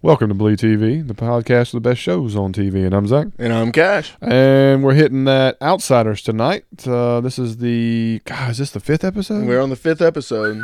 Welcome to Blue TV, the podcast of the best shows on TV, and I'm Zach. And I'm Cash. And we're hitting that Outsiders tonight. Uh, this is the God, is this the fifth episode? We're on the fifth episode.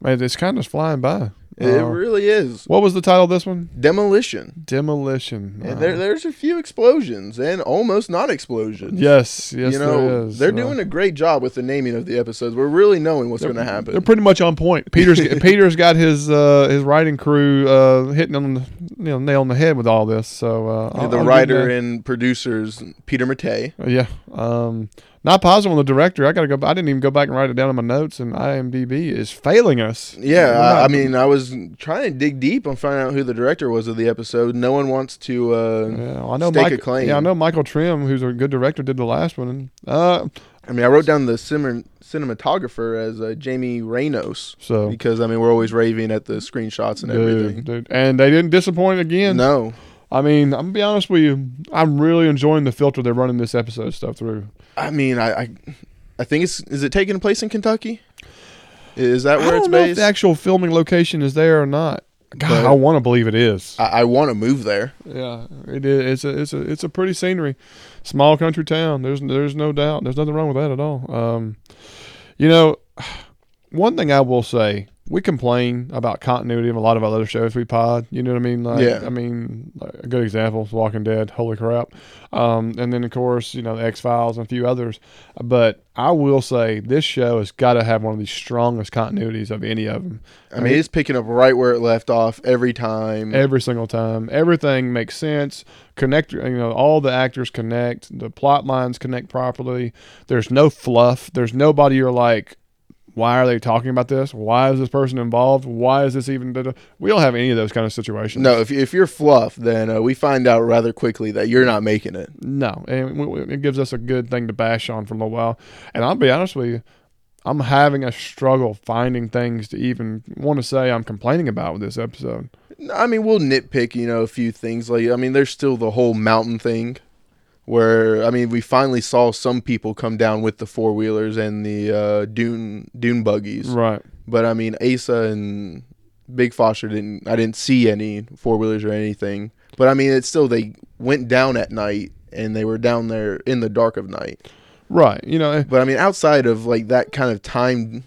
Man, it's kind of flying by. It Uh, really is. what was the title of this one? Demolition. Demolition. And Uh, there, there's a few explosions and almost not explosions. yes, yes, you know, there is. they're Uh, doing a great job with the naming of the episodes. We're really knowing what's going to They're happen. pretty much on point. Peter's Peter's got his uh, his writing crew uh, hitting on the you know, nail on the head with all this. So uh, I'll- the I'll give writer that- and producers, Peter Mattei. Oh, yeah, um, not positive on the director. I gotta go. I didn't even go back and write it down in my notes. And IMDb is failing us. Yeah, We're I, I not- mean, I was trying to dig deep and find out who the director was of the episode. No one wants to. Uh, Yeah, I know Stake Mike, a claim. Yeah, I know Michael Trim, who's a good director, did the last one. And, uh, I mean, I wrote down the cinemer- cinematographer as uh, Jamie Reynos so because I mean we're always raving at the screenshots and Oh. dude, everything. dude, and they didn't disappoint again. No, I mean, I'm gonna be honest with you. I'm really enjoying the filter they're running this episode stuff through. I mean, I, I, I think it's is it taking place in Kentucky? Is I that where don't it's know if based? the actual filming location is there or not. God, But- I want to believe it is. I, I want to move there. yeah, it is. It's a it's a it's a pretty scenery, small country town. There's there's no doubt. There's nothing wrong with that at all. Um, you know, one thing I will say, we complain about continuity of a lot of our other shows we pod. You know what I mean? Like, Yeah. I mean, like, a good example is Walking Dead. Holy crap! Um, and then of course you know the X Files and a few others. But I will say this show has got to have one of the strongest continuities of any of them. I mean, it's picking up right where it left off every time. every single time. Everything makes sense. Connect, you know, all the actors connect. The plot lines connect properly. There's no fluff. There's nobody you're like, why are they talking about this? Why is this person involved? Why is this even? da-da?" We don't have any of those kind of situations. no, if if you're fluff, then uh, we find out rather quickly that you're not making it. no, and we- we- it gives us a good thing to bash on for a little while. And I'll be honest with you. I'm having a struggle finding things to even want to say I'm complaining about with this episode. I mean, we'll nitpick, you know, a few things. Like, I mean, there's still the whole mountain thing, where I mean, we finally saw some people come down with the four wheelers and the uh, dune dune buggies. Right. But I mean, Asa and Big Foster didn't. I didn't see any four wheelers or anything. But I mean, it's still they went down at night and they were down there in the dark of night. Right. You know, But I mean, outside of like that kind of time,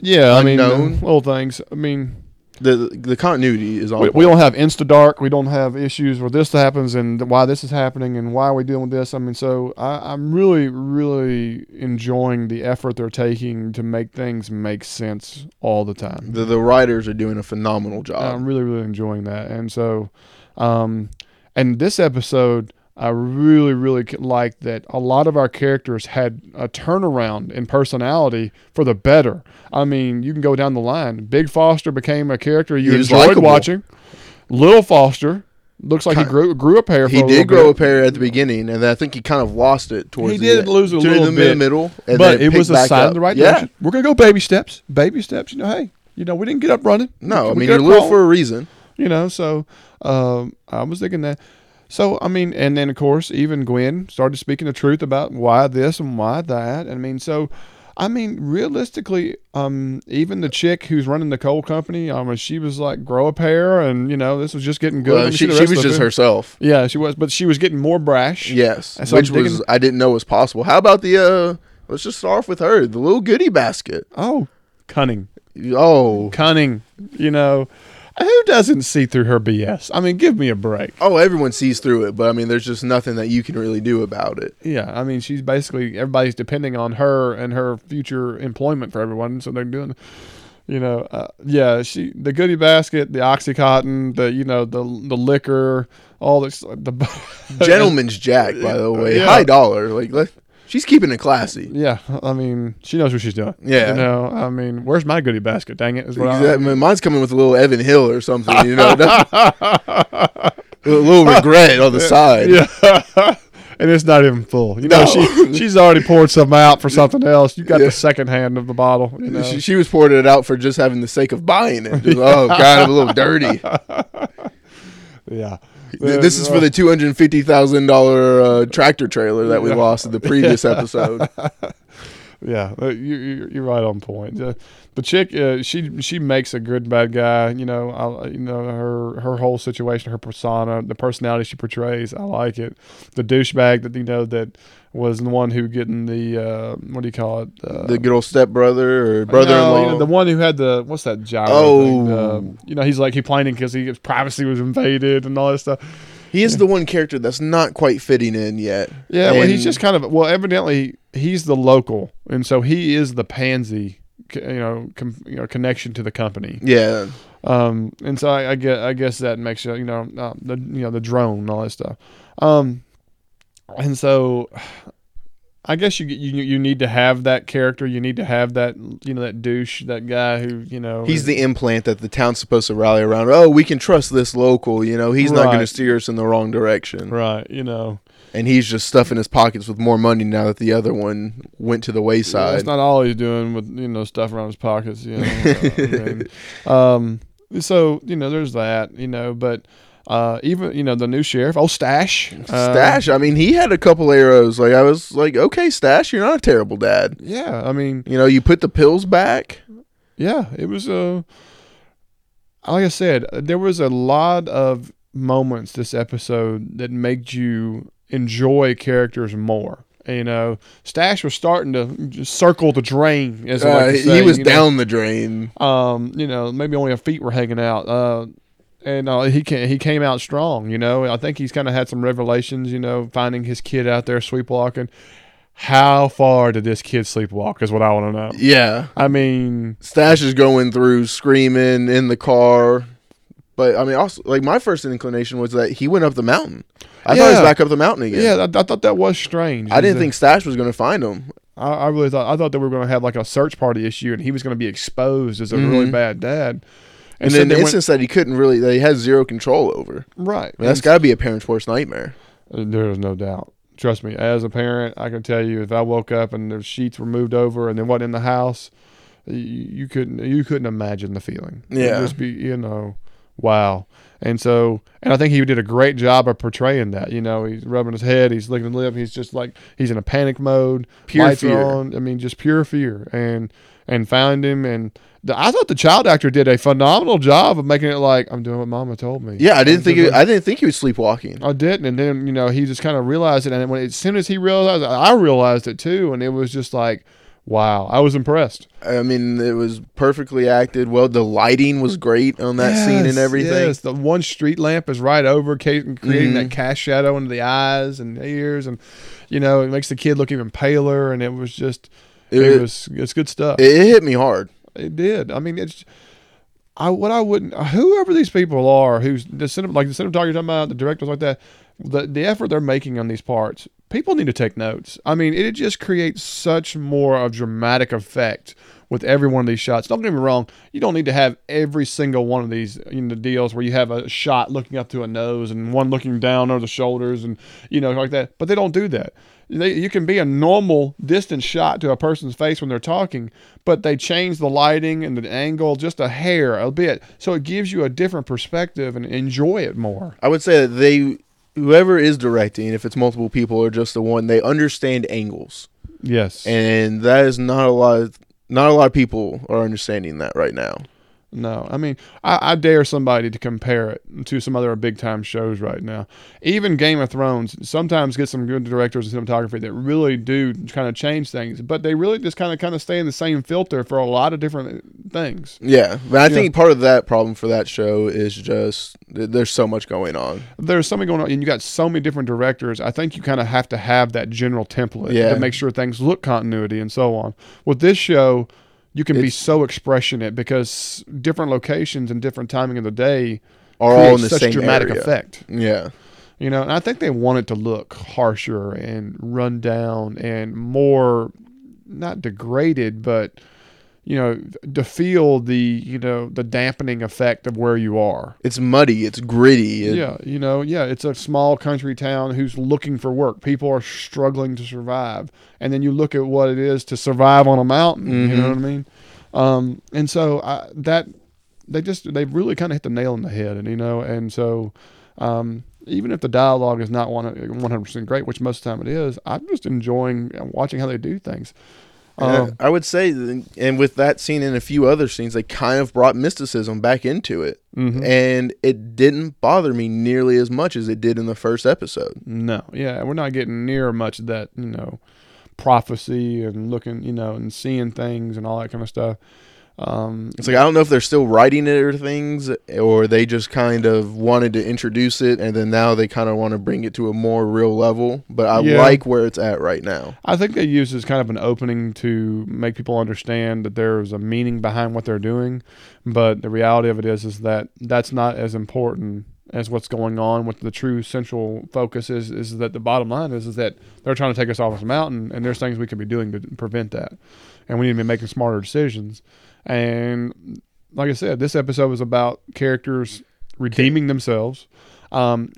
Yeah, I mean, unknown. uh, little things. I mean, the the continuity is on. we, we don't have Insta Dark. We don't have issues where this happens and why this is happening and why are we dealing with this. I mean, so I, I'm really, really enjoying the effort they're taking to make things make sense all the time. the the writers are doing a phenomenal job. I'm really, really enjoying that. And so, um, and this episode, I really, really c- liked that a lot of our characters had a turnaround in personality for the better. I mean, you can go down the line. Big Foster became a character you He was enjoyed likable. watching. Little Foster looks like he Ki- grew grew a pair. For he a did little grow a bit. pair at the beginning, and I think he kind of lost it towards. He the did end- lose a to little the bit, middle, and But then it was picked a back sign up. in the right Yeah, direction. We're gonna go baby steps, baby steps. You know, hey, you know, we didn't get up running. no, I We mean got you're little crawling. for a reason. you know so um, i was thinking that so i mean and then of course even gwen started speaking the truth about why this and why that i mean so i mean realistically um, even the chick who's running the coal company um, she was like grow a pair and you know this was just getting good Well, Let me see Uh, she the she rest was of the just film. herself. yeah she was but she was getting more brash Yes, And so which I'm digging- was I didn't know was possible. How about the uh? Let's just start off with her, the little goodie basket. oh cunning Oh, cunning you know who doesn't see through her bs i mean give me a break oh, everyone sees through it, but I mean, there's just nothing that you can really do about it. Yeah, I mean, she's basically everybody's depending on her and her future employment for everyone, so they're doing, you know, uh, yeah, she the goodie basket, the oxycontin, the you know the the liquor, all this the Gentleman's Jack, by the Oh, way, Yeah. high dollar. Like, let, she's keeping it classy. Yeah, I mean, she knows what she's doing. Yeah. you know, I mean, where's my goodie basket? Dang it! is what I- Exactly. Mine's coming with a little Evan Hill or something, you know. a little regret on the side. Yeah. And it's not even full. You know, No. she she's already poured some out for something else. You got the second hand of the bottle. You know? She, she was pouring it out for just having the sake of buying it. Just, Oh God, I'm a little dirty. Th- yeah. This is for the two hundred fifty thousand thousand dollar uh, tractor trailer that we lost in the previous episode. yeah, uh, you, you, you're right on point. Uh, the chick, uh, she she makes a good bad guy. You know, I, you know her her whole situation, her persona, the personality she portrays. I like it. The douchebag that you know that was the one who getting the uh, what do you call it? Uh, the good old stepbrother or you know, you know, brother-in-law. the one who had the what's that gyro? thing? Oh. Um, you know, he's like complaining because he his privacy was invaded and all that stuff. he is the one character that's not quite fitting in yet. Yeah, well, he's And- just kind of well, evidently he's the local, and so he is the pansy, c- you know, com, you know, connection to the company. yeah. Um, and so I, I guess I guess that makes you you know uh, the you know the drone and all that stuff. Um, and so I guess you you you need to have that character. You need to have that you know that douche, that guy who you know He's the implant that the town's supposed to rally around. Oh, we can trust this local. You know, he's not going to Right. steer us in the wrong direction. right. You know, And he's just stuffing his pockets with more money now that the other one went to the wayside. That's not all he's doing with you know stuff around his pockets. You know, Uh, I mean, um, so you know, there's that. You know, but uh, even you know the new sheriff, old Stash, uh, Stash. I mean, he had a couple arrows. Like I was like, okay, Stash, you're not a terrible dad. Yeah, I mean, You know, you put the pills back. yeah, it was uh, like I said, there was a lot of moments this episode that made you enjoy characters more. You know, Stash was starting to just circle the drain. As I like Uh, to he say, was you know. down the drain. um, you know, maybe only a feet were hanging out. Uh, and uh, he can, he came out strong, you know. I think he's kind of had some revelations, you know, finding his kid out there sleepwalking. How far did this kid sleepwalk? Is what I want to know. Yeah, I mean, Stash is going through screaming in the car. But I mean, also like my first inclination was that he went up the mountain. I thought he was Yeah. back up the mountain again. yeah, I, I thought that was strange. I didn't Is think Stash was going to find him. that- I, I really thought I thought they were going to have like a search party issue, and he was going to be exposed as a really Mhm. bad dad. And, so then the they went- instance that he couldn't really, that he has zero control over. right? I mean, that's got to be a parent's worst nightmare. There's no doubt. Trust me, as a parent, I can tell you if I woke up and the sheets were moved over and then what in the house, you, you couldn't you couldn't imagine the feeling. It'd Yeah. just be you know, wow. And so, and I think he did a great job of portraying that. You know, he's rubbing his head, he's licking his lip, he's just like he's in a panic mode. Pure lights are fear. on, I mean, just pure fear. And and found him. And the, I thought the child actor did a phenomenal job of making it like I'm doing what Mama told me. Yeah, I I'm didn't think doing- he, I didn't think he was sleepwalking. I didn't, and then you know he just kind of realized it, and when as soon as he realized, it, I realized it too, and it was just like, wow, I was impressed. I mean, it was perfectly acted. Well, the lighting was great on that scene and everything. Yes, the one street lamp is right over, ca- creating that Mhm. cast shadow into the eyes and ears, and you know it makes the kid look even paler, and it was just, It, it, it, was, it's good stuff. It, it hit me hard. did. I mean, it's. I, what I wouldn't, whoever these people are, who's the cinem, like the cinematographer you're talking about, the directors like that, the, the effort they're making on these parts, people need to take notes. I mean, it just creates such more of dramatic effect with every one of these shots. Don't get me wrong, you don't need to have every single one of these you know, deals where you have a shot looking up to a nose and one looking down over the shoulders and you know like that. But they don't do that. They, you can be a normal distance shot to a person's face when they're talking, but they change the lighting and the angle just a hair a bit, so it gives you a different perspective and enjoy it more. I would say that they, whoever is directing, if it's multiple people or just the one, they understand angles, Yes. and that is not a lot. Of, not a lot of people are understanding that right now. No, I mean, I, I dare somebody to compare it to some other big time shows right now. Even Game of Thrones sometimes gets some good directors and cinematography that really do kind of change things, but they really just kind of kind of stay in the same filter for a lot of different things. Yeah, but Yeah. I think part of that problem for that show is just th- there's so much going on. There's something going on, and you got so many different directors. I think you kind of have to have that general template Yeah. to make sure things look continuity and so on. With this show, you can be It's- so expressionate because different locations and different timing of the day Are all in creates the such same dramatic area. effect. Yeah, You know, and I think they want it to look harsher and run down and more not degraded, but you know, to feel the you know the dampening effect of where you are. it's muddy, it's gritty. it- yeah, you know, yeah, it's a small country town who's looking for work. People are struggling to survive, and then you look at what it is to survive on a mountain. You know Mhm. what I mean? Um, and so I, that they just they really kind of hit the nail on the head, and you know, and so um, even if the dialogue is uh, not one hundred percent great, which most of the time it is, I'm just enjoying watching how they do things. Um, And I I would say, and with that scene and a few other scenes, they kind of brought mysticism back into it, mhm. and it didn't bother me nearly as much as it did in the first episode. No, yeah, we're not getting near much of that, you know, prophecy and looking, you know, and seeing things and all that kind of stuff. Um, It's like I don't know if they're still writing it or things, or they just kind of wanted to introduce it, and then now they kind of want to bring it to a more real level. But I Yeah. like where it's at right now. I think they use this kind of an opening to make people understand that there's a meaning behind what they're doing, but the reality of it is is that that's not as important as what's going on. What the true central focus is is that the bottom line is is that they're trying to take us off this mountain, and there's things we could be doing to prevent that, and we need to be making smarter decisions. And like I said, this episode was about characters redeeming themselves. Um,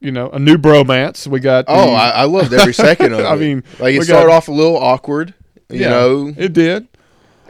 you know, a new bromance. We got. Oh, the- I, I loved every second of it. I mean, like it we got- started off a little awkward, you Yeah. know, and it did.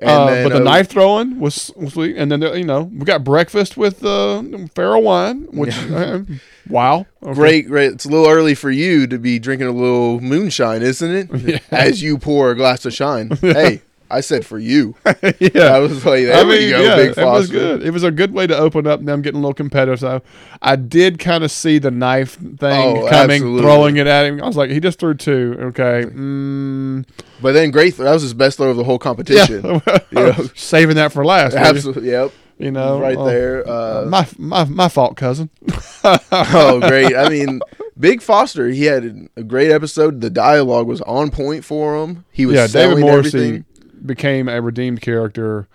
Uh, then, but the uh, knife throwing was, was sweet. And then, there- you know, we got breakfast with uh, Farrah wine, which, uh, wow. Okay. Great, great. It's a little early for you to be drinking a little moonshine, isn't it? Yeah. As you pour a glass of shine. hey, I said for you. I yeah. was like, there I we mean, go, yeah, Big it was Foster. good. It was a good way to open up them getting a little competitive. So I did kind of see the knife thing Oh, coming, absolutely. throwing it at him. I was like, he just threw two. Okay. Mm, But then, great. That was his best throw of the whole competition. yeah. Yeah. Saving that for last. will you? Absolutely. Yep. You know, right uh, there. uh, Uh, my, my, my fault, cousin. oh, great. I mean, Big Foster, he had a great episode. The dialogue was on point for him. He was yeah, David selling Morrissey everything. became a redeemed character,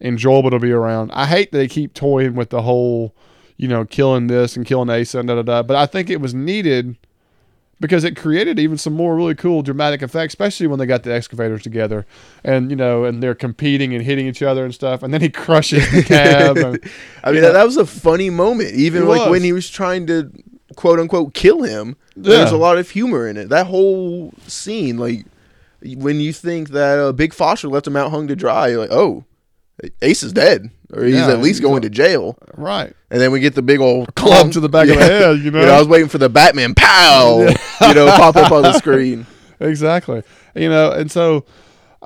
enjoyable to be around. I hate that they keep toying with the whole, you know, killing this and killing Asa and da da da. But I think it was needed because it created even some more really cool dramatic effects, especially when they got the excavators together and you know, and they're competing and hitting each other and stuff. And then he crushes the cab. and- I mean, Yeah. that, that was a funny moment. Even It like was. when he was trying to quote unquote kill him, there's Yeah. a lot of humor in it. That whole scene, like when you think that uh, Big Foster left him out hung to dry, you're like, oh, Ace is dead, or he's Yeah, at least he's going to jail. right, And then we get the big old club to the back of the Yeah. head. You know, You know, I was waiting for the Batman pow, you know, pop up on the screen. exactly. You know, and so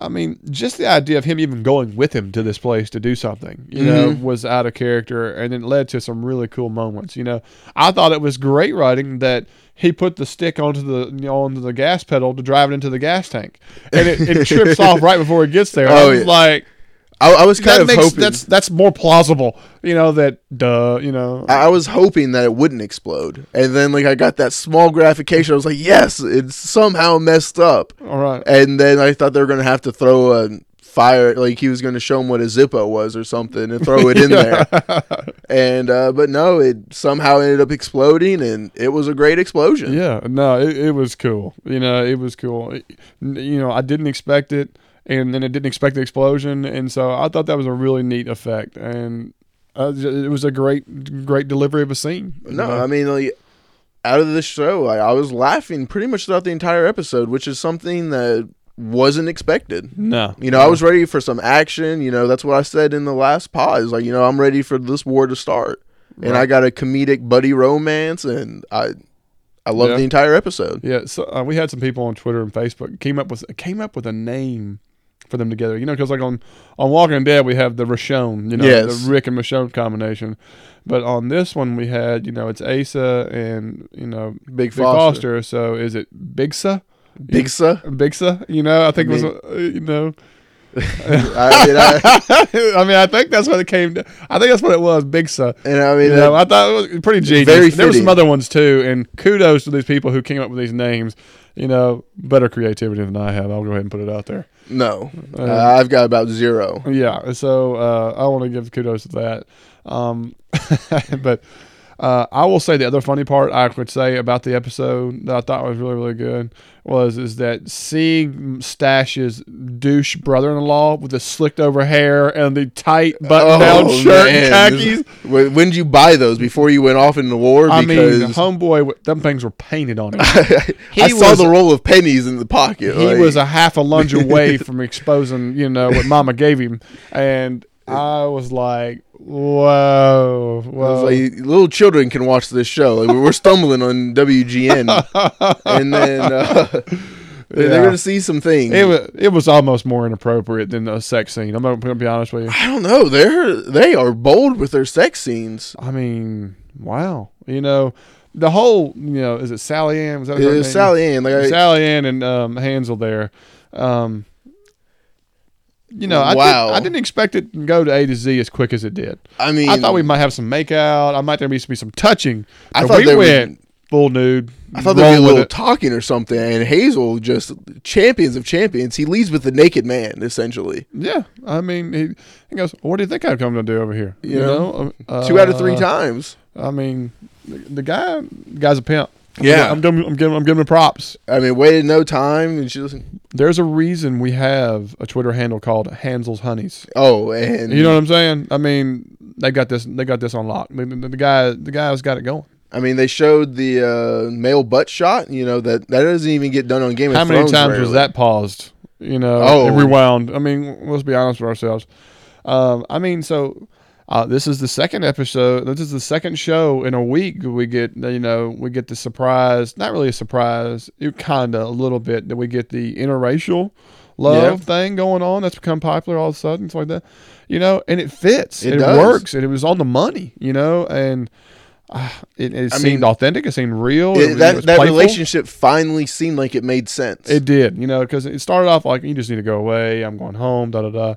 I mean, just the idea of him even going with him to this place to do something, you know, Mhm. was out of character and it led to some really cool moments. You know, I thought it was great writing that he put the stick onto the you know, onto the gas pedal to drive it into the gas tank. And it, it trips off right before it gets there. I Oh, was yeah. like I, I was kind that of makes hoping. that's that's more plausible, you know, that duh, you know. I I was hoping that it wouldn't explode, and then like I got that small gratification. I was like, "Yes, it's somehow messed up." all right. And then I thought they were gonna have to throw a fire, like he was gonna show him what a Zippo was or something, and throw it in there. And uh, but no, it somehow ended up exploding, and it was a great explosion. Yeah, no, it, it was cool. You know, it was cool. It- n- you know, I didn't expect it, and then I didn't expect the explosion, and so I thought that was a really neat effect, and uh, j- it was a great, great delivery of a scene. you No, know? I mean like out of the show, like, I was laughing pretty much throughout the entire episode, which is something that wasn't expected. no, You know, I was ready for some action. You know, that's what I said in the last pod. Is like, you know, I'm ready for this war to start, and I got a comedic buddy romance, and I, I loved Yeah. the entire episode. Yeah, so uh, we had some people on Twitter and Facebook came up with came up with a name for them together. You know, because like on on Walking Dead we have the Rashon, you know, Yes. the Rick and Michonne combination, but on this one we had you know it's Asa and you know Big Foster. So is it Bigsa? Bigsa. Bigsa, you know, I think it was, mean- uh, you know, I, and, I, I mean, I think that's what it came. To, I think that's what it was, Bigsa. and I mean, You know, I thought it was pretty genius. very there were some fitting. other ones too, and kudos to these people who came up with these names. You know, better creativity than I have. I'll go ahead and put it out there. no, Uh, uh, I've got about zero. Yeah, so uh, I want to give kudos to that. Um, but uh, I will say the other funny part I would say about the episode that I thought was really really good was is that seeing Stash's douche brother-in-law with the slicked over hair and the tight button-down Oh, shirt and man. khakis. When, when did you buy those before you went off in the war? I mean, Because homeboy, w- them things were painted on him. he I saw was- the roll of pennies in the pocket. he like- was a half a lunge away from exposing, you know, what Mama gave him, and I was like, "Whoa, I was whoa!" like, little children can watch this show. Like, we're stumbling on WGN, and then uh, They're Yeah. going to see some things. It was it was almost more inappropriate than the sex scene. I'm gonna be honest with you. I don't know. They're they are bold with their sex scenes. I mean, wow. You know, the whole you know is it Sally Ann? Was that her It name? was Uh, Sally Ann. Like, I- Sally Ann and um, Hansel there. Um, you know, I, Wow. did, I didn't expect it to go to A to Z as quick as it did. I mean, I thought we might have some makeout. I might there be some, be some touching. I But thought we there was- went full nude. I thought roll there'd be a with little it. talking or something, and Hazel just champions of champions. He leads with the naked man, essentially. yeah, I mean, he, he goes, "What do you think I've come to do over here?" You know, uh, Two out of three uh, times. I mean, the, the guy, the guy's a pimp. Yeah. I'm, giving- I'm giving, I'm giving him props. I mean, waited no time, and she just There's a reason we have a Twitter handle called Hansel's Honeys. oh, and You know what I'm saying? I mean, they got this. They got this on lock. I mean, the, the guy, the guy's got it going. I mean, they showed the uh, male butt shot. You know that that doesn't even get done on Game How of many Thrones. times was rarely. that paused? You know, Oh. and rewound. I mean, let's be honest with ourselves. Um, I mean, so uh, this is the second episode. This is the second show in a week. We get you know we get the surprise. Not really a surprise. It kinda a little bit that we get the interracial love thing going on that's become popular all of a sudden. It's like that, you know, and it fits. It It, does. works, and it was on the money. You know, and. Uh, it it I seemed mean, authentic. It seemed real. it, It- was- it that was that playful. relationship finally seemed like it made sense. It did, you know, because it started off like you just need to go away. I'm going home, da da da,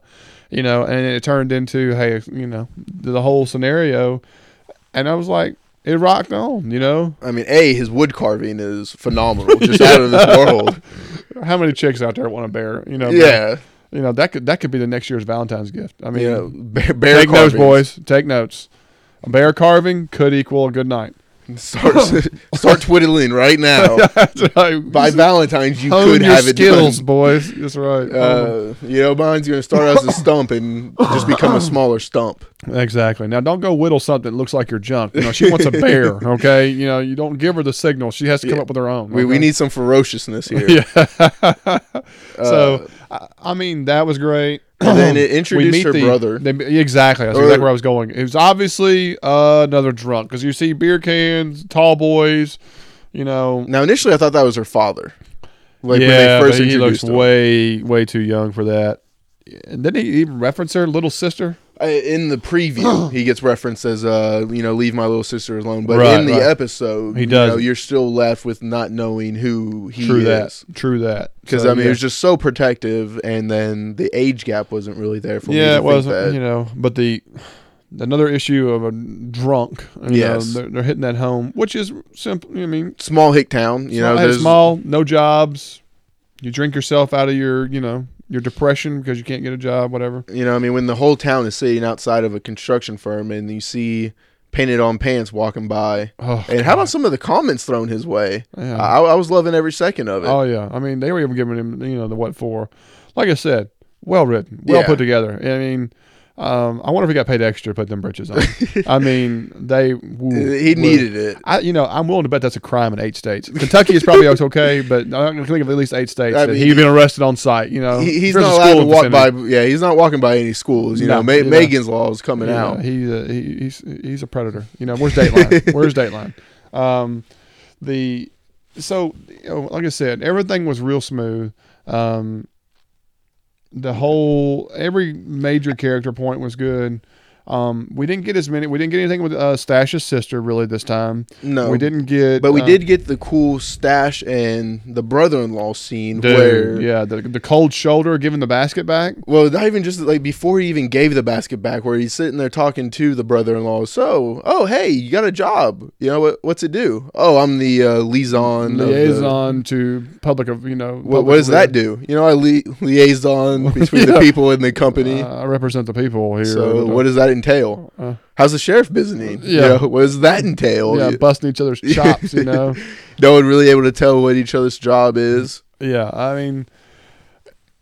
you know, and it turned into hey, you know, the whole scenario, and I was like, it rocked on, you know. I mean, a his wood carving is phenomenal, just out of this world. How many chicks out there want a bear? You know, yeah, you know that could that could be the next year's Valentine's gift. I mean, you know, bear, bear take notes, carvings. boys, take notes. A bear carving could equal a good night. Start start twiddling right now. That's right. By Valentine's, you Hone could your have it skills, done. boys. That's right. Uh, you know, mine's gonna start out as a stump and just become a smaller stump. Exactly. Now, don't go whittle something that looks like your junk. You know, she wants a bear. Okay. You know, you don't give her the signal. She has to come Yeah. up with her own. We, we okay? need some ferociousness here. Yeah. so, I, I mean, that was great. Uh, And then it We introduced meet her the- brother. they- exactly. That's Or- exactly where I was going. It was obviously uh, another drunk because you see beer cans, tall boys. You know. Now, initially, I thought that was her father. Like yeah, but he looks introduced him. way, way too young for that. And didn't he even reference her little sister? I- in the preview, he gets referenced as uh, you know, leave my little sister alone. But Right, in the right. episode, He you does. know, you're still left with not knowing who he True is. that. True that. Because So, I mean, yeah. it was just so protective, and then the age gap wasn't really there for me. to yeah, it think wasn't. that. You know, but the another issue of a drunk. You Yes. know, they're, they're hitting that home, which is simple. I mean, small hick town. You know, small, there's small, no jobs. You drink yourself out of your, you know, your depression because you can't get a job, whatever. You know, I mean, when the whole town is sitting outside of a construction firm, and you see painted on pants walking by. Oh, And how about some of the comments thrown his way? Yeah. I, I was loving every second of it. Oh yeah, I mean they were even giving him, you know, the what for. Like I said, well written, well Yeah. put together. I mean, um, I wonder if he got paid extra to put them britches on. I mean, they woo, he woo. needed it. I, you know, I'm willing to bet that's a crime in eight states. Kentucky is probably okay, but I'm going to think of at least eight states I that mean, he'd been arrested on site. You know, He, he's There's a not allowed school to in walk vicinity. by. Yeah, he's not walking by any schools. You No, know, Ma- yeah. Megan's law is coming Yeah, out. He's a, he, he's he's a predator. You know, where's Dateline? where's Dateline? Um, the so you know, like I said, everything was real smooth. Um, the whole every major character point was good. Um, we didn't get as many. We didn't get anything with uh, Stash's sister really this time. No, we didn't get, But we uh, did get the cool stash and the brother-in-law scene Dude, where. yeah, the, the cold shoulder giving the basket back. Well, not even just like before he even gave the basket back, where he's sitting there talking to the brother-in-law. So, oh hey, you got a job? You know what? What's it do? Oh, I'm the uh, liaison. of the- Liaison to public of you know. what, what public does that do? You know, I li- liaison between the Yeah. people and the company. Uh, I represent the people here. so, what does that entail? Uh. How's the sheriff busy? Yeah. You know, what does that entail? yeah, You- busting each other's chops, you know. no one really able to tell what each other's job is. yeah, I mean,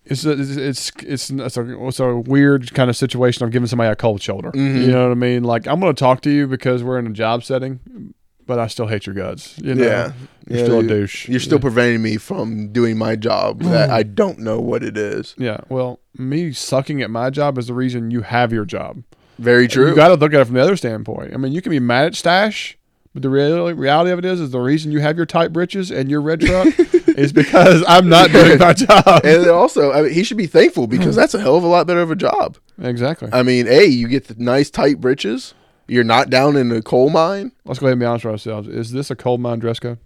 it's a, it's it's it's it's a, it's a weird kind of situation of giving somebody a cold shoulder. Mhm. You know what I mean? Like I'm going to talk to you because we're in a job setting, but I still hate your guts. You know? yeah. you're Yeah, still a you- douche. You're still preventing me from doing my job that I don't know what it is. Yeah, well, me sucking at my job is the reason you have your job. Very You true. got to look at it from the other standpoint. I mean, you can be mad at Stash, but the real reality of it is, is the reason you have your tight britches and your red truck It's because I'm not doing my job. and then also, I mean, he should be thankful because that's a hell of a lot better of a job. Exactly. I mean, a you get the nice tight britches. You're not down in a coal mine. Let's go ahead and be honest with ourselves. Is this a coal mine dress code?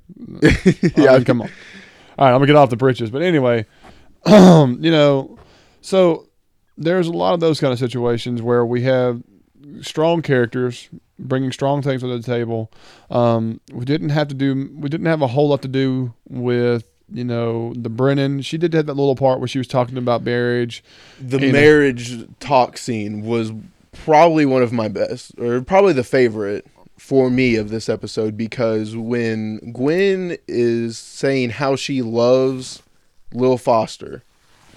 yeah, I mean, come on. All right, I'm gonna get off the britches, but anyway, you know, so there's a lot of those kind of situations where we have strong characters bringing strong things to the table. Um, we didn't have to do. We didn't have a whole lot to do with you know the Brennan. She did have that little part where she was talking about marriage. the You know. marriage talk scene was probably one of my best or probably the favorite for me of this episode because when Gwen is saying how she loves Lil Foster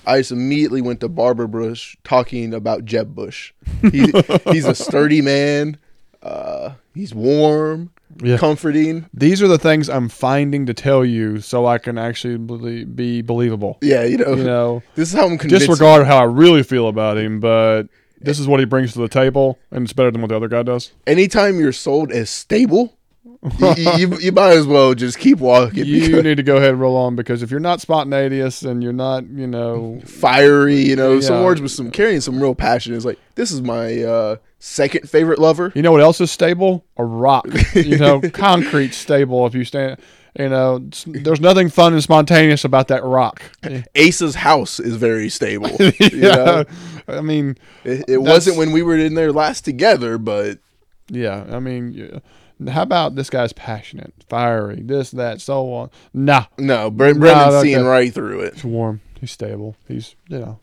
I just immediately went to Barbara Bush talking about Jeb Bush. He, he's a sturdy man. Uh, he's warm, Yeah. comforting. These are the things I'm finding to tell you so I can actually belie- be believable. Yeah, you know, You know. this is how I'm convinced. disregard how I really feel about him, but this is what he brings to the table, and it's better than what the other guy does. Anytime you're sold as stable, you, you, you might as well just keep walking. You because- need to go ahead and roll on because if you're not spontaneous and you're not, you know, fiery, you know, some Yeah. words with some carrying some real passion. It's like this is my uh, second favorite lover. you know what else is stable? A rock, you know, concrete stable. If you stand, you know, it's- there's nothing fun and spontaneous about that rock. Ace's house is very stable. yeah, you know? I mean, It, it That's- wasn't when we were in there last together, but yeah, I mean, yeah. how about this guy's passionate, fiery, this, that, so on? Nah, no, Bre- Brendan's that's seeing it. right through it. he's warm, he's stable, he's you know.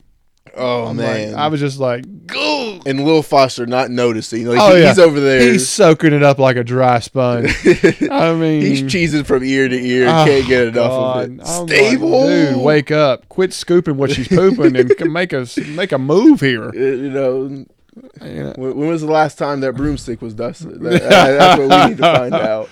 Oh I'm like- man, I was just like, go and Lil Foster not noticing. Like Oh, he- yeah. he's over there. He's soaking it up like a dry sponge. I mean, He's cheesing from ear to ear. oh, can't get enough God. of it. I'm like, Stable, dude, wake up! Quit scooping what she's pooping and c- make us make a move here. Uh, You know, You know, when, when was the last time that broomstick was dusted? That- that's what we need to find out.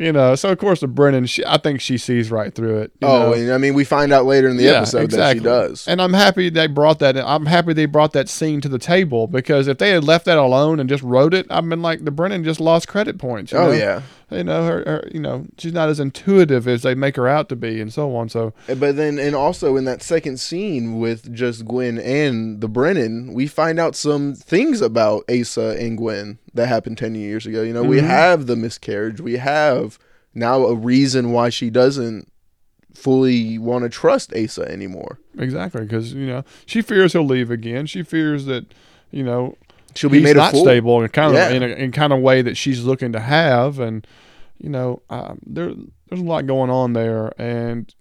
you know, so of course the Brennan, she, I think she sees right through it. you Oh, know. and I mean, we find out later in the episode that she does. And I'm happy they brought that. In. I'm happy they brought that scene to the table because if they had left that alone and just wrote it, I've been like the Brennan just lost credit points. you know? Oh yeah, you know her, her. You know she's not as intuitive as they make her out to be, and so on. So but then and also in that second scene with just Gwen and the Brennan, we find out some things about Asa and Gwen that happened ten years ago. You know, we Mhm. have the miscarriage, we have now a reason why she doesn't fully want to trust Asa anymore. Exactly, because you know she fears he'll leave again. She fears that you know She'll be he's made a not fool. stable in kind of Yeah. in, a, in kind of way that she's looking to have, and you know um, there there's a lot going on there, and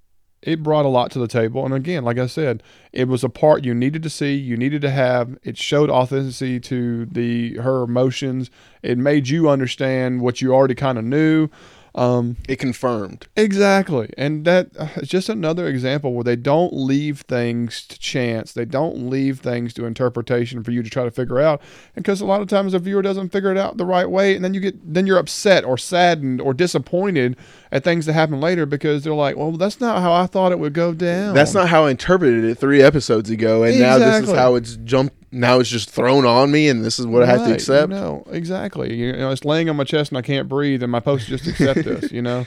it brought a lot to the table. And again, like I said, it was a part you needed to see, you needed to have. It showed authenticity to the her emotions. It made you understand what you already kind of knew. Um, It confirmed. Exactly. And that uh, it's just another example where they don't leave things to chance. They don't leave things to interpretation for you to try to figure out. And because a lot of times the viewer doesn't figure it out the right way and then you get then you're upset or saddened or disappointed at things that happen later because they're like, "Well, that's not how I thought it would go down." That's not how I interpreted it three episodes ago, and now this is Exactly. how it's jumped. Now it's just thrown on me, and this is what I have to accept. No, exactly. You know, it's laying on my chest and I can't breathe, and my post just accept this. You know,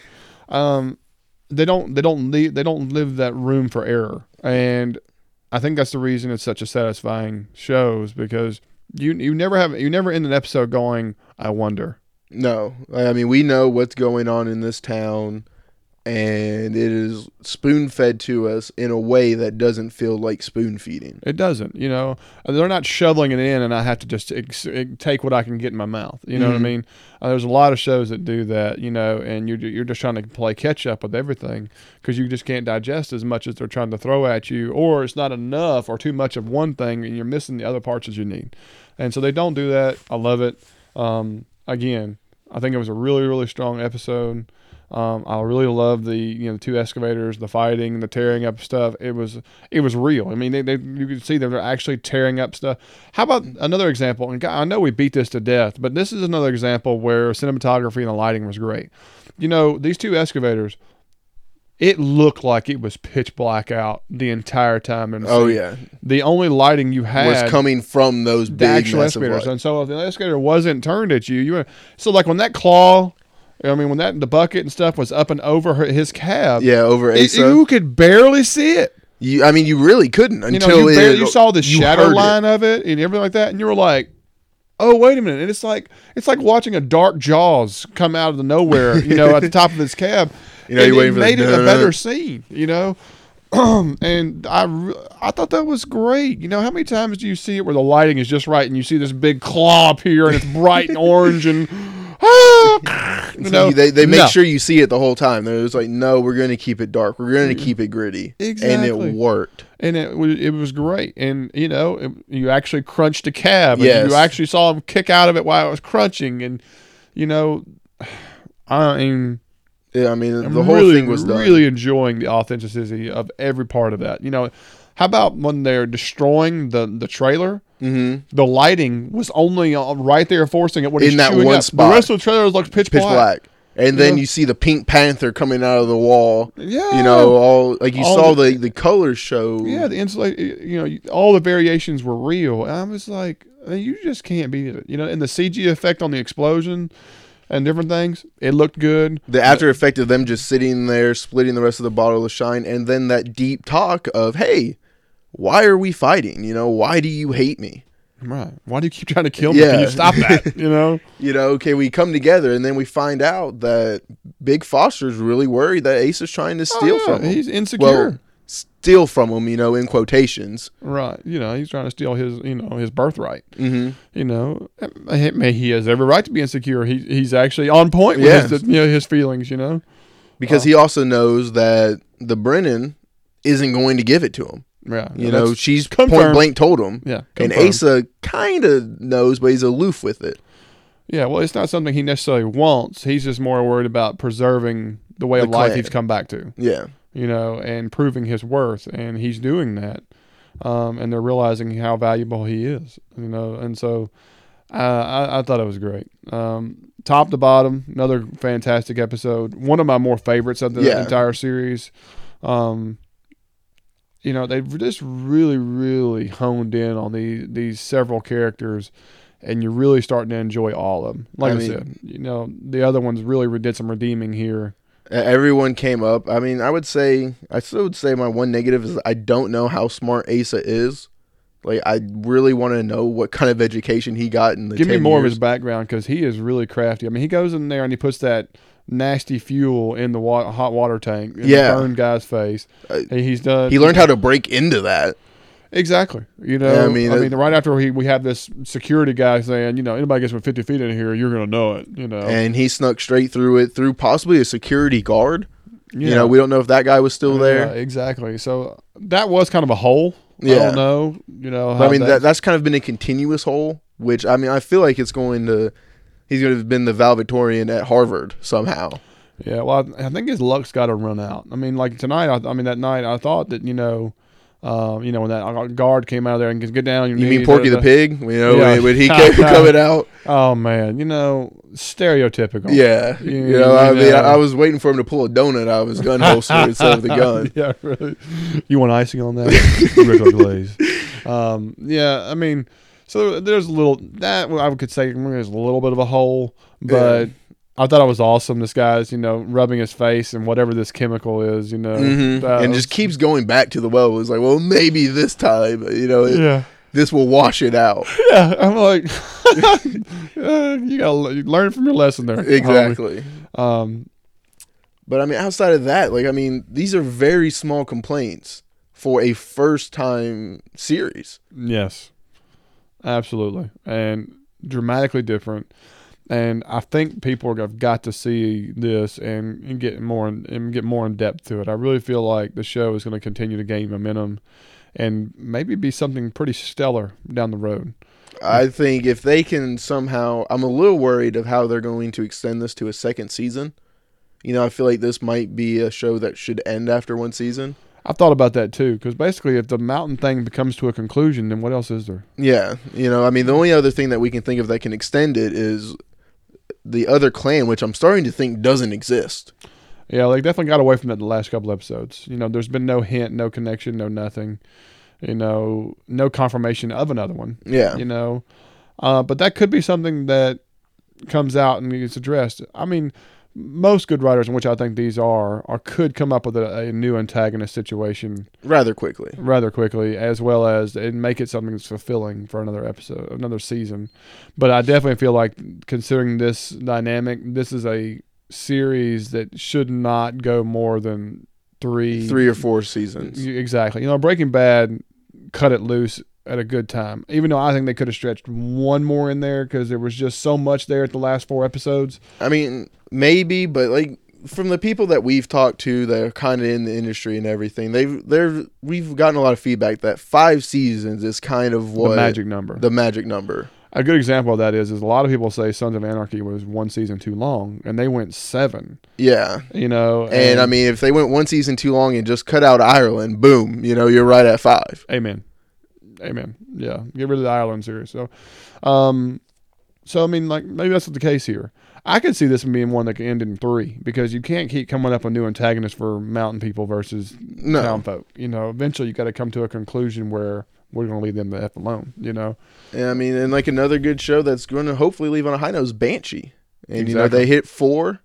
um, they don't they don't leave, they don't live that room for error, and I think that's the reason it's such a satisfying show is because you you never have you never end an episode going I wonder. No, I mean we know what's going on in this town, and it is spoon fed to us in a way that doesn't feel like spoon feeding. It doesn't, you know. They're not shoveling it in, and I have to just ex- take what I can get in my mouth. You know what I Mhm. mean? Uh, there's a lot of shows that do that, you know, and you're you're just trying to play catch up with everything because you just can't digest as much as they're trying to throw at you, or it's not enough or too much of one thing, and you're missing the other parts that you need. And so they don't do that. I love it. Um, again, I think it was a really really strong episode. Um, I really love the you know the two excavators, the fighting, the tearing up stuff. It was it was real. I mean, they, they you can see that they're actually tearing up stuff. How about another example? And God, I know we beat this to death, but this is another example where cinematography and the lighting was great. You know, these two excavators, it looked like it was pitch black out the entire time. And Oh yeah, the only lighting you had was coming from those the big actual massive escalators. lights. And so if the escalator wasn't turned at you, you were, so like when that claw I mean, when that the bucket and stuff was up and over her, his cab, Yeah, over it- Asa. Uh, you could barely see it. You, I mean, you really couldn't You until know, you, it, barely, you saw the you shadow heard it. line of it and everything like that, and you were like, "Oh, wait a minute!" And it's like it's like watching a dark Jaws come out of the nowhere, you know, at the top of this cab. You know, And you're it waiting for the made it a dun-dun-dun. better scene, you know. and I, re- I thought that was great. You know, how many times do you see it where the lighting is just right and you see this big claw appear and it's bright and orange and ah, you know, they they make no. sure you see it the whole time. They're just like, no, we're going to keep it dark. We're going to keep it gritty. And Mm. Exactly. it worked. and it was it was great. And you know, it, you actually crunched a cab, and Yes. you actually saw him kick out of it while it was crunching, and you know, I mean, Yeah, I mean, I'm the whole really, thing was done. really enjoying the authenticity of every part of that. You know, how about when they're destroying the the trailer? hmm The lighting was only uh, right there, forcing it when In he's that chewing one up. spot. The rest of the trailer looks pitch, Pitch black. black. And then know? you see the Pink Panther coming out of the wall. Yeah, You know, all like you Oh. All saw the- the, the color show. Yeah, the insulate. You know, you- all the variations were real, and I was like, "Uh, you just can't beat it. You know, and the CG effect on the explosion and different things, it looked good. the after effect of them just sitting there splitting the rest of the bottle of shine and then that deep talk of hey why are we fighting you know why do you hate me Right? Why do you keep trying to kill me? Can Yeah. you stop that? you know? you know okay we come together and then we find out that big foster's really worried that ace is trying to steal Oh, yeah, from him He's insecure. well steal from him you know in quotations right? You know, he's trying to steal his, you know, his birthright. mm-hmm. You know, I mean, he has every right to be insecure. He, he's actually on point with his, Yes. you know, his feelings. You know, because he also knows that the brennan isn't going to give it to him yeah. you know that's- she's confirmed. point blank told him yeah. and confirmed. asa kind of knows but he's aloof with it Yeah, well, it's not something he necessarily wants. He's just more worried about preserving the way The of life clan. he's come back to, yeah you know, and proving his worth. And he's doing that. Um, and they're realizing how valuable he is, you know. And so uh, I, I thought it was great. Um, top to bottom, another fantastic episode. One of my more favorites of the Yeah. entire series. Um, you know, they've just really, really honed in on the, these several characters, and you're really starting to enjoy all of them. Like I, I mean- said, you know, the other ones really re- did some redeeming here. Uh, Everyone came up. I mean, I would say I still would say my one negative is I don't know how smart Asa is. Like I really want to know what kind of education he got in the Give me 10 more of years. his background because he is really crafty. I mean, he goes in there and he puts that nasty fuel in the wa- hot water tank. And Yeah. burn guy's face. Uh, He- he's done. He learned how to break into that. exactly. You know, Yeah, I I mean, mean, I that- mean, right after he, we have this security guy saying, you know, anybody gets from fifty feet in here, you're gonna know it. You know, And he snuck straight through it through possibly a security guard. You Yeah. know, we don't know if that guy was still Yeah, there. exactly. So that was kind of a hole. I Yeah. don't know. You know, But how I mean, that that's kind of been a continuous hole, which I mean, I feel like it's going to he's going to have been the valedictorian at Harvard somehow. Yeah, well, I, I think his luck's got to run out. I mean, like tonight. I, I mean, that night I thought that you know, um, you know, when that guard came out of there and could get down. on Your You knees, mean Porky the da-da-da. pig? You know, Yeah. when, when he came coming out. Oh man, you know, stereotypical. Yeah, You you, know, I mean, know. I, I was waiting for him to pull a donut out of his gun holster instead of the gun. yeah, really. You want icing on that? Ricola glaze. Um, yeah, I mean, so there's a little that I would- could say there's a little bit of a hole, but I thought it was awesome. This guy's, you know, rubbing his face and whatever this chemical is, you know, hmm that And was- just keeps going back to the well. It was like, well, maybe this time, you know, it- yeah, this will wash it out. yeah. I'm like, uh, you gotta le- you learn from your lesson there. homie. exactly. Um, But I mean, outside of that, like, I mean, these are very small complaints for a first time series. Yes, absolutely, and dramatically different. And I think people have got to see this and, and get more in, and get more in depth to it. I really feel like the show is going to continue to gain momentum and maybe be something pretty stellar down the road. I think if they can somehow, I'm a little worried of how they're going to extend this to a second season. You know, I feel like this might be a show that should end after one season. I thought about that too, because basically, if the mountain thing comes to a conclusion, then what else is there? Yeah, you know, I mean, the only other thing that we can think of that can extend it is the other clan, which I'm starting to think doesn't exist. Yeah, they definitely got away from that the last couple episodes. You know, there's been no hint, no connection, no nothing. You know, no confirmation of another one. Yeah, you know. Uh, but that could be something that comes out and gets addressed. I mean, most good writers, in which I think these are, are could come up with a, a new antagonist situation rather quickly. rather quickly, as well as and make it something that's fulfilling for another episode, another season. But I definitely feel like considering this dynamic, this is a series that should not go more than three, Three or four seasons. You- Exactly. You know, Breaking Bad cut it loose at a good time, even though I think they could have stretched one more in there because there was just so much there at the last four episodes. I mean, maybe, but like from the people that we've talked to that are kind of in the industry and everything, they've they're we've gotten a lot of feedback that five seasons is kind of what the magic number. the magic number. a good example of that is is a lot of people say Sons of Anarchy was one season too long, and they went seven. Yeah. You know, And I mean, if they went one season too long and just cut out Ireland, boom, you know, you're right at five. Amen. Amen. Yeah. Get rid of the Ireland series. So, um, so I mean, like maybe that's the case here. I could see this being one that could end in three because you can't keep coming up with new antagonists for mountain people versus No. town folk. You know, eventually you got to come to a conclusion where we're going to leave them the f alone. You know, And I mean, and like another good show that's going to hopefully leave on a high note is Banshee. And you know, Exactly. they hit four,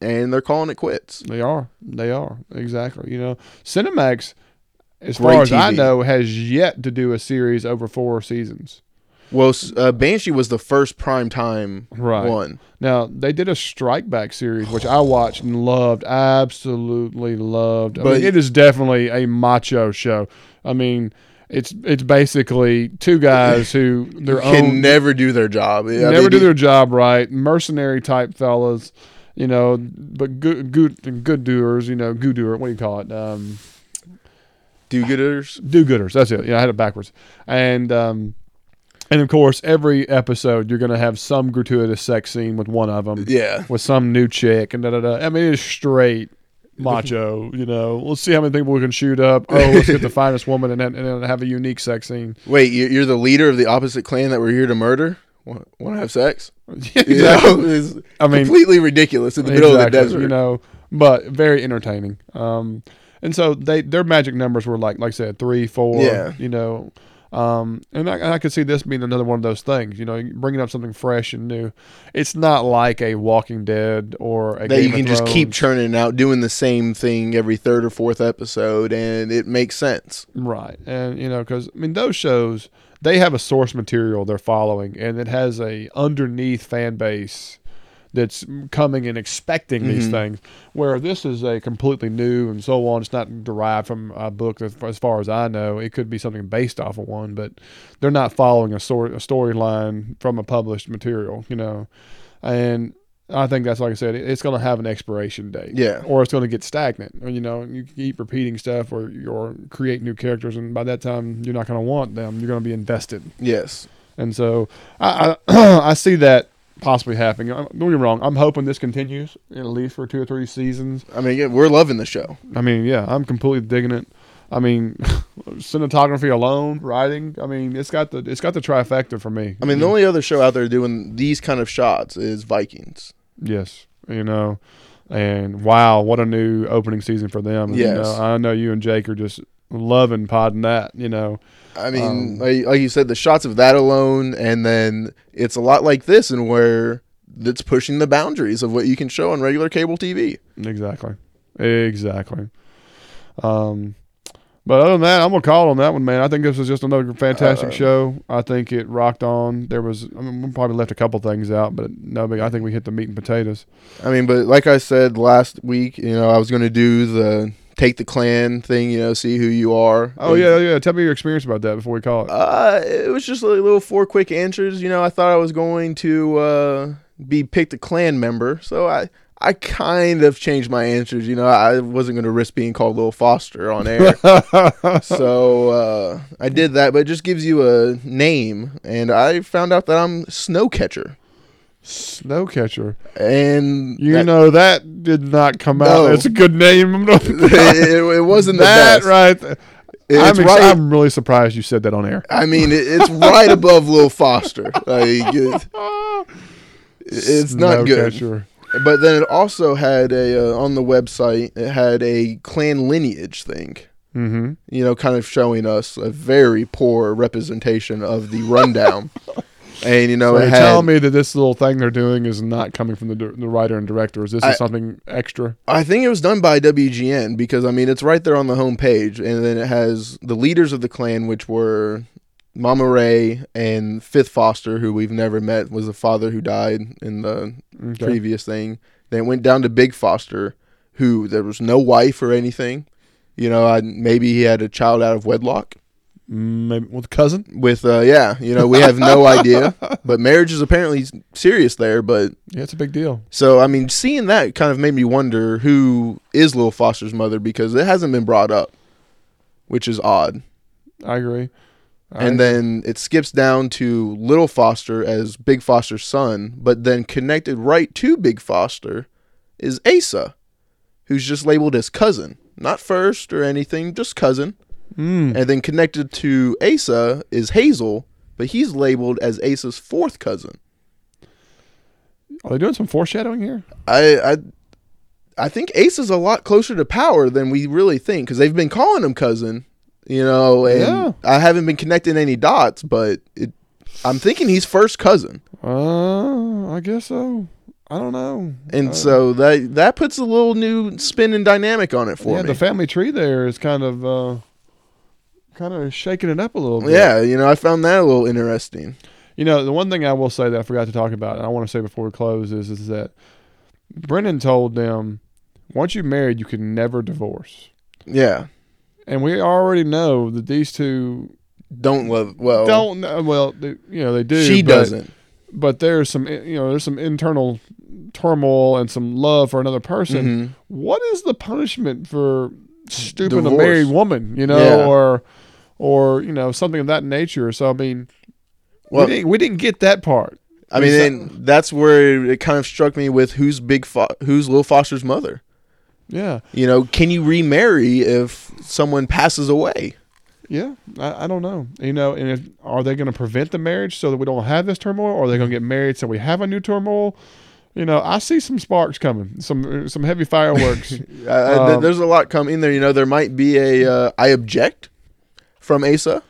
and they're calling it quits. they are, they are exactly. You know, Cinemax, as Great far as I TV. know, has yet to do a series over four seasons. Well, s- uh, Banshee was the first prime time Right. one. Now they did a Strike Back series, which I watched and loved, absolutely loved. I But- mean, it is definitely a macho show. I mean, it's it's basically two guys who their can own never do their job. Yeah, never they do their job right, mercenary type fellas, you know, but good good good doers, you know, good doer. What do you call it? Um, do-gooders. do-gooders. That's it. Yeah, I had it backwards. And um, and of course, every episode you're going to have some gratuitous sex scene with one of them Yeah, with some new chick and da da da. I mean, it's straight macho. You know, let's see how many people we can shoot up. Oh, let's get the finest woman and then, and then have a unique sex scene. wait, you- you're the leader of the opposite clan that we're here to murder. Want to have sex? You Exactly. know, it's I mean, completely ridiculous in the middle of the exactly, desert. You know, but very entertaining. Um, and so they their magic numbers were like like I said three, four. Yeah. You know. Um, and I, and I could see this being another one of those things, you know, bringing up something fresh and new. It's not like a Walking Dead or a that Game you of can just keep Thrones. churning out, doing the same thing every third or fourth episode, and it makes sense. Right. And you know, because I mean, those shows they have a source material they're following, and it has a underneath fan base that's coming and expecting these Mhm. things. Where this is a completely new and so on. It's not derived from a book, as as far as I know. It could be something based off of one, but they're not following a, sor- a storyline from a published material. You know, and I think that's like I said, it- it's going to have an expiration date Yeah. or it's going to get stagnant. Or, you know, you keep repeating stuff or or create new characters, and by that time, you're not going to want them. You're going to be invested, Yes. and so I I, I see that possibly happening. I'm- Don't get me wrong. I'm hoping this continues at least for two or three seasons. I mean, again, we're loving the show. I mean, yeah, I'm completely digging it. I mean, cinematography alone, writing. I mean, it's got the it's got the trifecta for me. I mean, the only other show out there doing these kind of shots is Vikings. Yes, you know, and wow, what a new opening season for them. You Yes. know, I know you and Jake are just loving podding that. You know, I mean, Um, like, like you said, the shots of that alone, and then it's a lot like this, and where it's pushing the boundaries of what you can show on regular cable TV. exactly, exactly. Um, but other than that, I'm gonna call it on that one, man. I think this was just another fantastic Uh, show. I think it rocked on. There was, I mean, we probably left a couple things out, but no, but I think we hit the meat and potatoes. I mean, but like I said last week, you know, I was going to do the take the clan thing, you know, see who you are. Oh And, yeah, yeah. Tell me your experience about that before we call it. uh, it was just like little four quick answers. You know, I thought I was going to uh, be picked a clan member, so I. I kind of changed my answers, you know. I wasn't going to risk being called Little Foster on air. so uh, I did that, but it just gives you a name, and I found out that I'm Snowcatcher, Snowcatcher. and You that- know that did not come out. No. That's a good name. I'm not- it, it wasn't the that best. right. th- It- I'm, it's ex- right. I'm really surprised you said that on air. I mean, it, it's right above Lil Foster. Like, it, it's not good. Snowcatcher. But then it also had a uh, on the website. It had a clan lineage thing. Mm-hmm. You know, kind of showing us a very poor representation of the rundown. and you know So it you're had, telling me that this little thing they're doing is not coming from the, dir- the writer and director. Is this I- is something extra? I think it was done by WGN because I mean it's right there on the homepage, and then it has the leaders of the clan, which were Mama Ray and Fifth Foster, who we've never met, was the father who died in the Okay. previous thing. Then it went down to Big Foster, who there was no wife or anything. You know, I, maybe he had a child out of wedlock. Maybe with cousin. With uh, yeah, you know, we have no idea, but marriage is apparently s- serious there. But Yeah, it's a big deal. so I mean, seeing that kind of made me wonder who is Lil Foster's mother because it hasn't been brought up, which is odd. I agree. I- and then it skips down to Little Foster as Big Foster's son, but then connected right to Big Foster is Asa, who's just labeled as cousin, not first or anything, just cousin. Mm. And then connected to Asa is Hazel, but he's labeled as Asa's fourth cousin. are they doing some foreshadowing here? I I I think Ace is a lot closer to power than we really think because they've been calling him cousin, you know, and Yeah. I haven't been connecting any dots, but it, I'm thinking he's first cousin, Uh, I guess so. I don't know. and Uh, so that that puts a little new spin and dynamic on it for yeah, me. the family tree there is kind of uh, kind of shaking it up a little bit. yeah, you know, I found that a little interesting. You know, the one thing I will say that I forgot to talk about, and I want to say before we close, is is that Brennan told them, once you're married, you can never divorce. Yeah, And we already know that these two don't love. Well, don't know. Well, they, you know they do. Oh. she but- doesn't. But there's some, eh, you know, there's some internal turmoil and some love for another person. Mhm. What is the punishment for stooping a Divorce. married woman? You know, Yeah. or or you know something of that nature. So I mean, Well- we didn't we didn't get that part. I mean, Is that- and that's where it kind of struck me with who's big, Fo- who's Lil Foster's mother. Yeah. You know, can you remarry if someone passes away? Yeah, I, I don't know. You know, and if, are they going to prevent the marriage so that we don't have this turmoil, or are they going to get married so we have a new turmoil? You know, I see some sparks coming, some some heavy fireworks. Uh, uh, th- Um, there's a lot come in there. You know, there might be a uh, I object from Asa,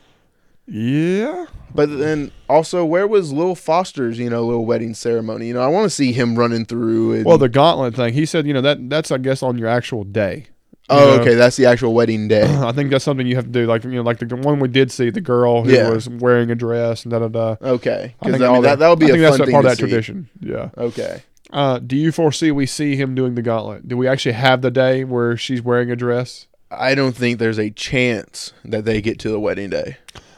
yeah, but then also where was Lil Foster's you know little wedding ceremony? You know, I want to see him running through. And, well, the gauntlet thing. He said, you know, that that's I guess on your actual day. oh, you know. okay, that's the actual wedding day. I think that's something you have to do. Like you know, like the one we did see, the girl who Yeah. was wearing a dress and da da da. Okay, I because think I mean, that that would be I a think fun that's thing part to of that see. tradition. Yeah. Okay, Uh, do you foresee we see him doing the gauntlet? Do we actually have the day where she's wearing a dress? I don't think there's a chance that they get to the wedding day.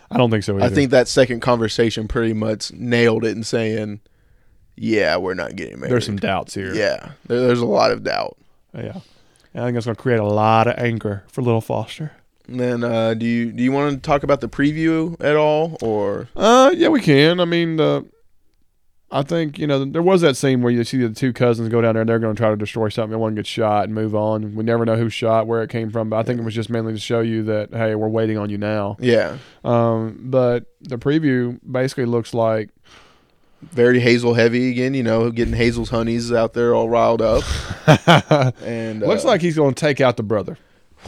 I don't think so. Either. I think that second conversation pretty much nailed it in saying, "Yeah, we're not getting married." there's some doubts here. Yeah, there, there's a lot of doubt. Yeah. I think that's going to create a lot of anger for little Foster. And then, uh, do you do you want to talk about the preview at all, or Uh, yeah, we can. I mean, uh, I think, you know, there was that scene where you see the two cousins go down there and they're going to try to destroy something. and One gets shot and move on. We never know who shot, where it came from, but I think it was just mainly to show you that, hey, we're waiting on you now. yeah, Um, but the preview basically looks like very Hazel heavy again? You know, getting Hazel's honeys out there all riled up, and looks uh, like he's going to take out the brother.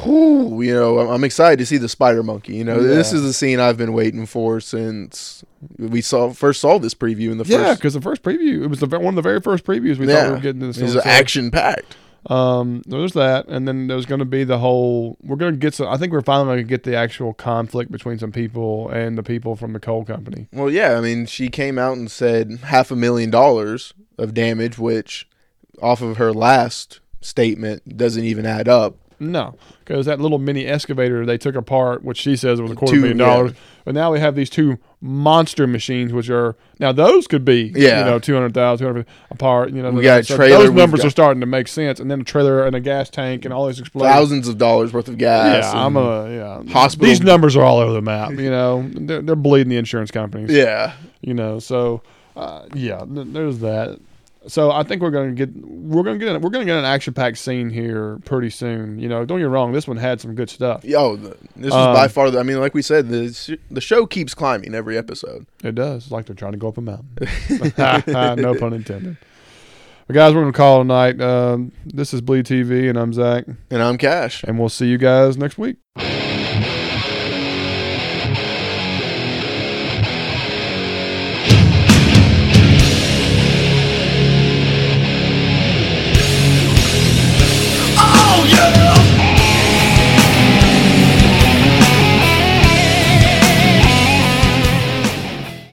whew, you know, I'm, I'm excited to see the spider monkey. You know, this Yeah. is the scene I've been waiting for since we saw first saw this preview in the Yeah, first. because the first preview, it was the, one of the very first previews we thought we were getting to this. uh, It's action packed. Um, there's that, and then there's going to be the whole. We're going to get some. I think we're finally going to get the actual conflict between some people and the people from the coal company. Well, yeah, I mean, she came out and said half a million dollars of damage, which off of her last statement doesn't even add up. No, because that little mini excavator they took apart, which she says was a quarter Two, million yeah. dollars, but now we have these two monster machines, which are now those could be Yeah. you know two hundred thousand, two hundred apart. You know, We got a so trailer, Those we've numbers got- are starting to make sense, and then a trailer and a gas tank and all these explosions. thousands of dollars worth of gas. Yeah, I'm and- a yeah. hospital- These numbers are all over the map. You know, they're, they're bleeding the insurance companies. yeah. you know so uh, yeah th- there's that so i think we're gonna get we're gonna get we're gonna get an action packed scene here pretty soon you know don't get me wrong this one had some good stuff Yo, th- this is Um, by far. The, I mean, like we said, the sh- the show keeps climbing every episode. it does It's like they're trying to go up a mountain no pun intended but guys we're gonna call tonight um, this is bleed tv and i'm zach And I'm Cash. and we'll see you guys next week